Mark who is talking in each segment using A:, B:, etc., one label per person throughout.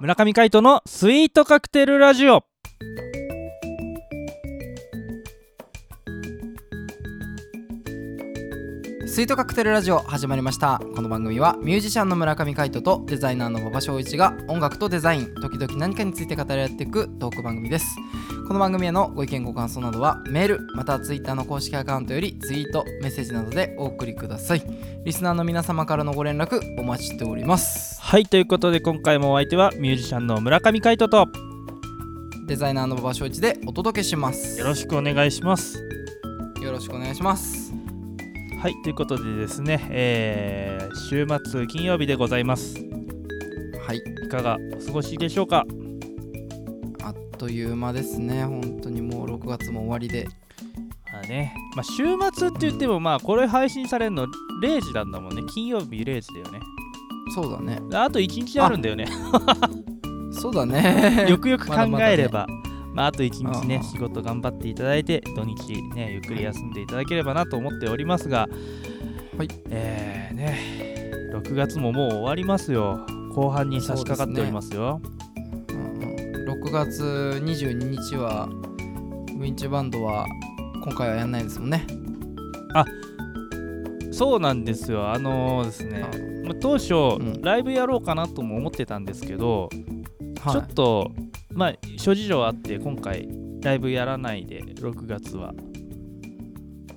A: 村上海人のスイートカクテルラジオ
B: スイートカクテルラジオ始まりましたこの番組はミュージシャンの村上海人とデザイナーの馬場翔一が音楽とデザイン時々何かについて語り合っていくトーク番組ですこの番組へのご意見ご感想などはメールまたはツイッターの公式アカウントよりツイートメッセージなどでお送りくださいリスナーの皆様からのご連絡お待ちしております
A: はいということで今回もお相手はミュージシャンの村上海人と
B: デザイナーの馬場翔一でお届けします
A: よろしくお願いします
B: よろしくお願いします
A: はいということでですね、えー週末金曜日でございます
B: はい
A: いかがお過ごしでしょうか
B: あっという間ですね本当にもう6月も終わりで
A: まあね、まあ、週末って言ってもまあこれ配信されるの0時なんだもんね金曜日0時だよね
B: そうだね
A: あと1日あるんだよね
B: そうだ ね
A: よくよく考
B: まだまだね
A: えれば、まあ、あと一日
B: うん
A: ね
B: う、ん
A: 仕事頑張っていただいて、土日ね、ゆっくり休んでいただければなと思っておりますが、
B: はい
A: えーね、6月ももう終わりますよ。後半に差し掛かっておりますよ。
B: うんうん6月22日はウィンチバンドは今回はやんないですもんね。
A: そうなんですよ。あのーですね、まあ当初、
B: ん
A: ライブやろうかなとも思ってたんですけど、
B: はい
A: ちょっと、まあ、諸事情あって、今回、ライブやらないで、6月は。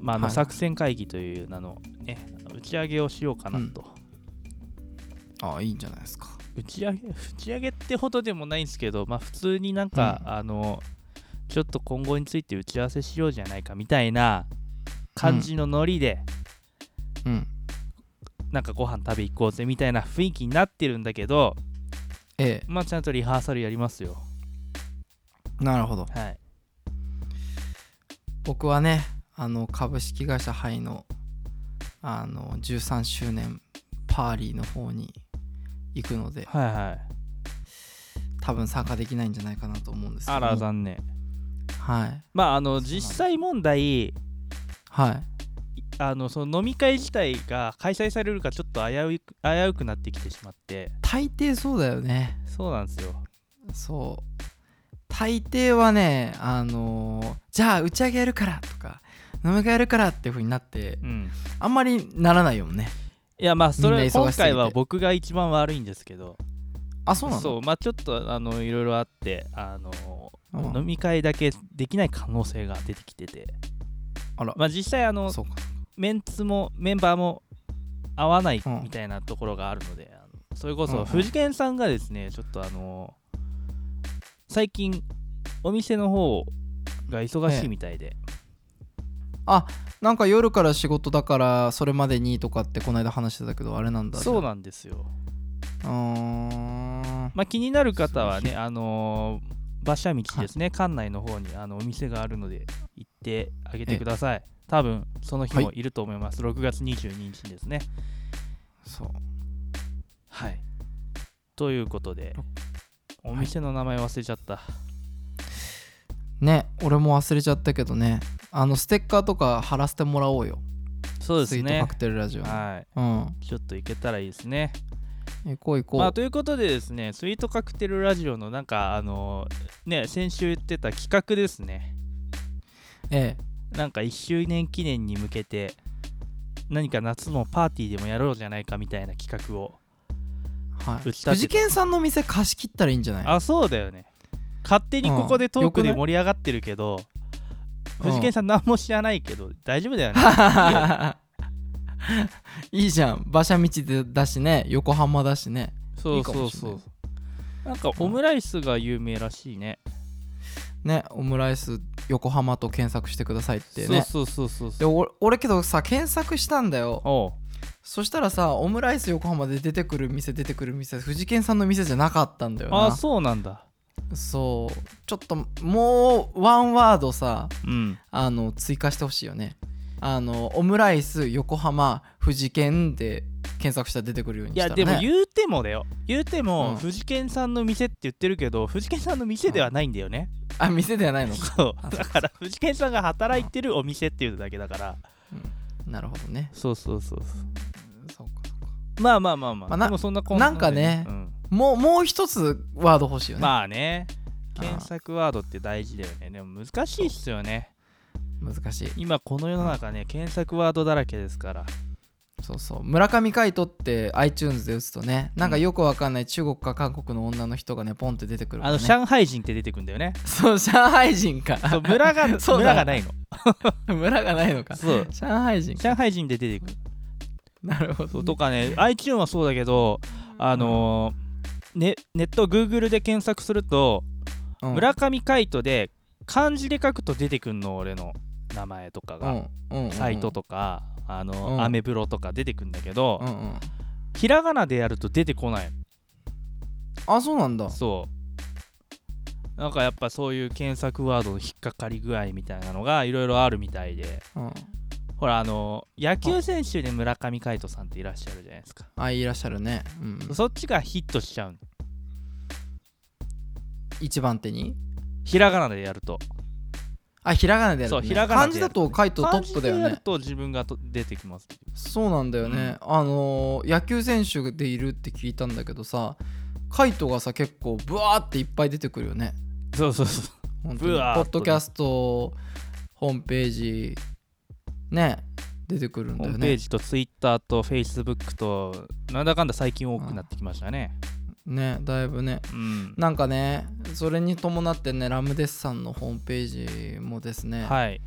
A: まあ、あの
B: はい
A: 作戦会議という名の、ね、打ち上げをしようかなと。
B: あいいんじゃないですか。
A: 打ち上げ打ち上げってほどでもないんですけど、まあ、普通になんか、
B: う
A: あのちょっと今後について打ち合わせしようじゃないかみたいな感じのノリで、
B: うん。
A: なんかご飯食べ行こうぜみたいな雰囲気になってるんだけど、
B: え
A: まあ、ちゃんとリハーサルやりますよ。
B: え、なるほど。
A: はい、
B: 僕はね、あの株式会社ハイのあの13周年パーリーの方に行くので、
A: はいはい。
B: 多分参加できないんじゃないかなと思うんですけど。
A: あら残念。
B: はい。
A: まああの実際問題
B: はい。
A: あのその飲み会自体が開催されるかちょっと危うい危うくなってきてしまって
B: 大抵そうだよね。
A: そうなんですよ。
B: そう大抵はねあのーじゃあ打ち上げやるからとか飲み会やるからっていう風になって
A: うん、
B: あんまりならないよね
A: いやまあそれ
B: みんな忙しすぎ
A: 今
B: て
A: 回は僕が一番悪いんですけど。
B: あそうなの
A: そうまあちょっとあのいろいろあってあの、
B: うん
A: 飲み会だけできない可能性が出てきてて
B: あら
A: まあ実際あの
B: そうか
A: メンツもメンバーも合わない
B: うん
A: みたいなところがあるので、あのそれこ
B: うんう
A: そ
B: ん
A: 藤健さんがですねちょっとあの最近お店の方が忙しいみたいで、
B: なんか夜から仕事だからそれまでにとかってこの間話してたけどあれなんだ
A: そう
B: な
A: なんですよ、
B: うーん
A: まあ、気になる方は ねあの馬車道ですね館内の方にあのお店があるので行ってあげてください多分その日も
B: はい
A: ると思います、6月22日ですね
B: そう
A: はいということでお店の名前忘れちゃった、
B: ね俺も忘れちゃったけどねあのステッカーとか貼らせてもらおうよ
A: そうです
B: スイート
A: ね
B: カクテルラジオに
A: は
B: うん
A: いちょっと行けたらいいですね
B: 行こう行こう、
A: まあということでですねスイートカクテルラジオのなんかあのね先週言ってた企画ですね
B: ええ
A: なんか1周年記念に向けて何か夏のパーティーでもやろうじゃないかみたいな企画を
B: は
A: 打
B: い
A: ち立てた
B: 藤健さんの店貸し切ったらいいんじゃない
A: あそうだよね勝手にここでトークで
B: うんよくない
A: 盛り上がってるけど、
B: うん
A: 藤健さん何も知らないけど大丈夫だよね
B: いいじゃん馬車道でだしね横浜だしね
A: そ
B: いういか
A: そ
B: も
A: う
B: しれ
A: そ
B: ないう
A: なんかオムライスが有名らしいね
B: ねオムライス横浜と検索してくださいってね
A: そうそうそうそう
B: でお俺けどさ検索したんだよ
A: おう
B: そしたらさオムライス横浜で出てくる店出てくる店藤健さんの店じゃなかったんだよな
A: あそうなんだ
B: そうちょっともうワンワードさ
A: うん
B: あの追加してほしいよねあのオムライス横浜藤健で検索したら出てくるように
A: い
B: した
A: や
B: ら、ね、
A: でも言うてもだよ言うても、
B: うん
A: 藤健さんの店って言ってるけど藤健さんの店ではないんだよね、
B: あ店ではないのか
A: そう
B: あそう
A: だから藤健さんが働いてるお店っていうだけだから
B: なるほどね
A: そうそうそうそ
B: そうかそうか
A: うまあまあまあまあ、
B: まあな
A: でもそんなこ
B: なんかね
A: うん
B: もうもう一つワード欲しいよね、
A: まあね
B: あー
A: 検索ワードって大事だよねでも難しいっすよね
B: 難しい
A: 今この世の中ね検索ワードだらけですから
B: そうそう村上海人って iTunes で打つとねなんかよくわかんない中国か韓国の女の人がねポンって出てくるか
A: あ
B: ら、
A: の
B: ね、
A: 上海人って出てくんだよね
B: そう上海人か
A: そう村が
B: そうだ
A: 村がないの
B: 村がないのか
A: そう
B: 上海人か
A: 上海人で出てくる
B: なるほ
A: そ
B: ど
A: う
B: ね
A: とかね iTune はそうだけどあのーね、ネット Google で検索すると、
B: うん
A: 村上海人で漢字で書くと出てくんの俺の名前とか
B: う
A: が、
B: んうんうん
A: サイトとかあの、
B: うん
A: アメブロとか出てくんだけど、
B: うんうん
A: ひらがなでやると出てこない
B: あそうなんだ
A: そうなんかやっぱそういう検索ワードの引っかかり具合みたいなのがいろいろあるみたいで
B: うん
A: ほらあの野球選手で村上海人さんっていらっしゃるじゃないですか、
B: あいらっしゃるねうん
A: そっちがヒットしちゃうの
B: 一番手に
A: ひらがなでやると
B: あひらがなでやる、ね、
A: そうひらがな
B: 漢
A: で
B: 字
A: や
B: だ
A: る
B: と海人ト
A: 漢
B: ッ
A: 字
B: プだよ
A: でやる
B: ね
A: と自分がと出てきます
B: そうなんだよね、あのー野球選手でいるって聞いたんだけどさ海人がさ結構ブワーっていっぱい出てくるよね
A: そうそうそう
B: 本当に
A: ブ
B: ポ
A: ワーっとね
B: ッドキャストホームページね出てくるん
A: ホ
B: だ
A: ー
B: よ
A: ムペー
B: ね
A: ジとツイッターとフェイスブックとなんだかんだ最近多くなってきましたね
B: ねだいぶね
A: うん
B: なんかねそれに伴ってねラムデスさんのホームページもですね、
A: はい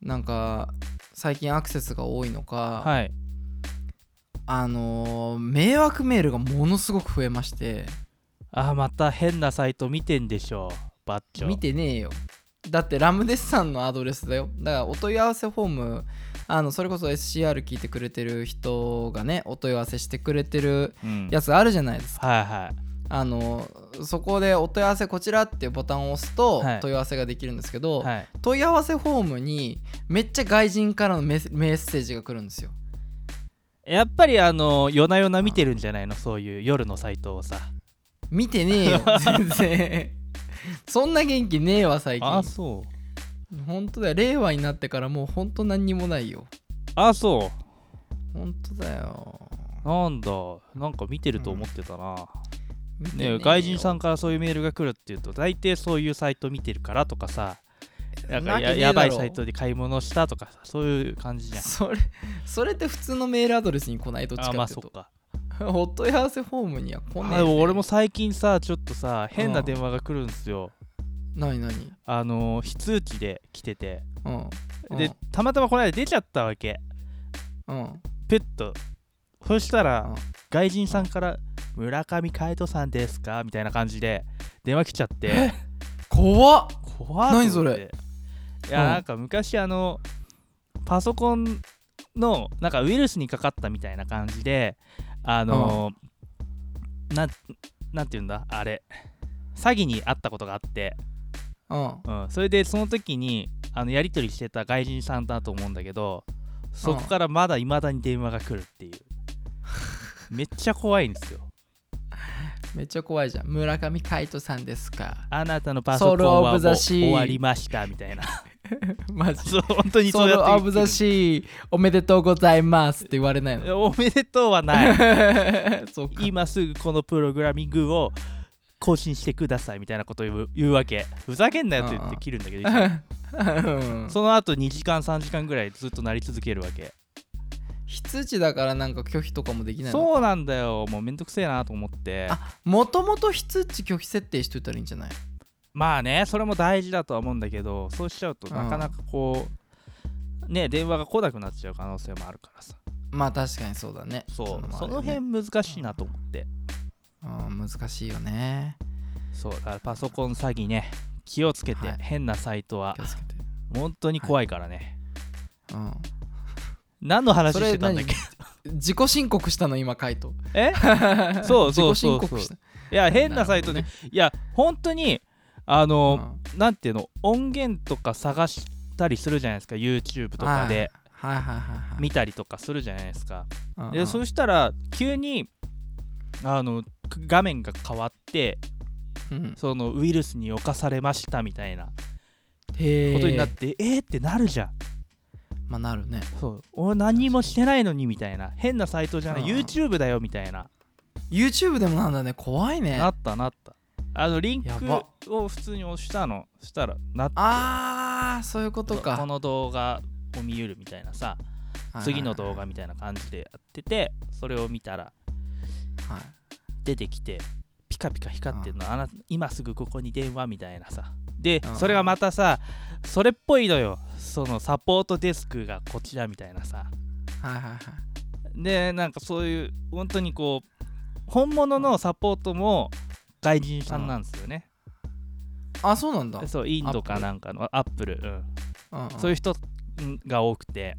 B: なんか最近アクセスが多いのか、
A: はい
B: あのー迷惑メールがものすごく増えまして
A: あーまた変なサイト見てんでしょうバッチョ
B: 見てねえよだってラムデスさんのアドレスだよだからお問い合わせフォームあのそれこそ SCR 聞いてくれてる人がねお問い合わせしてくれてる
A: うん
B: やつあるじゃないですか
A: はいはい
B: あのそこでお問い合わせこちらっていうボタンを押すと
A: はい
B: 問い合わせができるんですけど、
A: はい、
B: 問い合わせフォームにめっちゃ外人からのメッメッセージが来るんですよ
A: やっぱりあの夜な夜な見てるんじゃないのそういう夜のサイトをさ
B: 見てねえ よ全然そんな元気ねえわ最
A: あ
B: 近
A: そう
B: 本当だよ令和になってからもう本当何にもないよ
A: あそ
B: 本当だよ
A: うなんだなんか見てると思ってたな、
B: 見て
A: ね
B: えよ
A: 外人さんからそういうメールが来るっていうと大抵そういうサイト見てるからとかさなんか
B: わけね
A: や
B: え
A: やばい
B: だろ
A: サイトで買い物したとかさそういう感じじゃん
B: それそれって普通のメールアドレスに来ないどっちか
A: あまあ
B: ってい
A: そうっ
B: と、
A: か
B: お問い合わせフォームには来ねえ
A: あでも俺も最近さちょっとさ変な電話が来るんですよ、
B: 何何
A: あのー非通知で来てて
B: うん
A: でたまたまこの間出ちゃったわけ
B: うんうん
A: ペットそしたら
B: うん
A: 外人さんから「村上海人さんですか?」みたいな感じで電話来ちゃって
B: 怖っ
A: 怖っ
B: 何
A: と思って
B: そ
A: いや
B: うん
A: なんか昔あのパソコンのなんかウイルスにかかったみたいな感じであのなんなんて言うんだあれ詐欺にあったことがあって、
B: うん
A: うん、それでその時にあのやり取りしてた外人さんだと思うんだけどそこからまだ未だに電話が来る っていうめっちゃ怖いんですよ
B: めっちゃ怖いじゃん村上海人さんですか
A: あなたのパソコン
B: Soul
A: は
B: of
A: もう
B: the sea
A: 終わりましたみたいな
B: マジ
A: そう本当に
B: ソ
A: そう
B: ウ
A: やって
B: ル・
A: 言
B: オ
A: ってく
B: ブ・
A: る
B: ザ・シーおめでとうございますって言われないの
A: おめでとうはない
B: そうか
A: 今すぐこのプログラミングを更新してくださいみたいなことを言う言うわけふざけんなよって言って切るんだけどいつも
B: うん
A: その後2時間3時間ぐらいずっとなり続けるわけ
B: 非通知だからなんか拒否とかもできないの
A: そうなんだよもうめんどくせえなと思って
B: あもともと非通知拒否設定しといたらいいんじゃない
A: まあねそれも大事だとは思うんだけどそうしちゃうとなかなかこうね電話が来なくなっちゃう可能性もあるからさ
B: まあ確かにそうだね
A: そうそ
B: の
A: の
B: あれね
A: 辺難しいなと思って
B: うん難しいよね
A: そうだからパソコン詐欺ね気をつけて
B: はい
A: 変なサイトは
B: 気をつけて
A: 本当に怖いからね
B: うん
A: 何の話
B: そ
A: し
B: れ
A: てたんだっけ
B: 何自己申告したの今海人
A: え そうそうそう
B: 自己申告した
A: いや変なサイトで、
B: なる
A: いや本当にあの、
B: うん
A: なんていうの音源とか探したりするじゃないですか YouTube とかで
B: はいはいはいはい
A: 見たりとかするじゃないですか、
B: うんう
A: で
B: ん
A: そしたら急にあの画面が変わって
B: うん
A: そのウイルスに侵されましたみたいなこ
B: へえ
A: とになってえー、ってなるじゃん
B: まあなるね
A: そう俺何もしてないのにみたいな変なサイトじゃない
B: うん
A: YouTube だよみたいな
B: YouTube でもなんだね怖いね
A: なったなったあのリンク
B: やば
A: を普通に押したのしたらなっ
B: あーそういうことか
A: この動画を見ゆるみたいなさ
B: はい
A: 次の動画みたいな感じでやっててそれを見たら
B: はい
A: 出てきてピカピカ光ってるのあな今すぐここに電話みたいなさで
B: うん
A: それがまたさそれっぽいのよそのサポートデスクがこちらみたいなさ
B: はいはいはい
A: でなんかそういう本当にこう本物のサポートも外人さんなんですよね、
B: あそうなんだ
A: そうインド
B: アップ
A: か
B: ル
A: なんかのアップル、うんそういうう人が多くて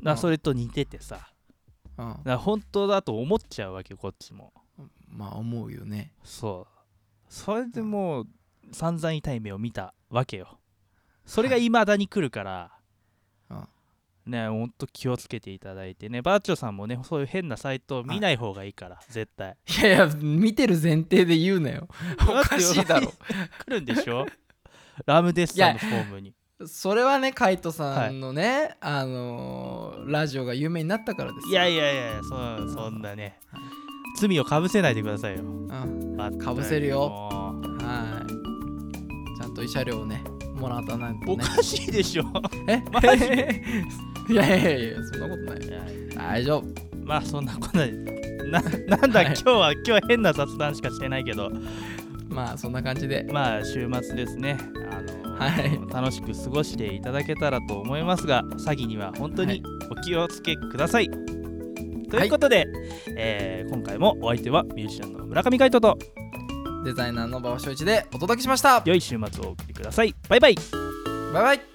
A: だからそれと似ててさだか
B: ん、うん
A: ら本当だと思っちゃうわけよこっちも
B: まあ思うよね
A: そうそれでもう散々痛い目を見たわけよそれが未だに来るから、
B: うん
A: ねほんと気をつけていただいてねバーチョさんもねそういう変なサイトを見ない方がいいから、絶 対
B: いやいや見てる前提で言うなよおかしいだろ
A: 来るんでしょラムデッサンのフォームに
B: それはねカイトさんのね、あのーラジオが有名になったからです
A: いやいやいやいやそそんなね罪をかぶせないでくださいよ
B: うん
A: か
B: ぶせるよ
A: よ
B: はいちゃんと慰謝料をねもらわないと
A: お
B: ね
A: かしいでしょ
B: え
A: マジ
B: いやいやいやそんなことない大丈夫
A: まあそんなことないななんだ、
B: はい
A: 今日は今日は変な雑談しかしてないけど
B: まあそんな感じで
A: まあ週末ですねあの、
B: はい
A: 楽しく過ごしていただけたらと思いますが詐欺には本当
B: は
A: に
B: い
A: お気をつけください、ということで、えー今回もお相手はミュージシャンの村上海人と
B: デザイナーの馬場翔一でお届けしました
A: 良い週末をお送りくださいバイバイ
B: バイバイ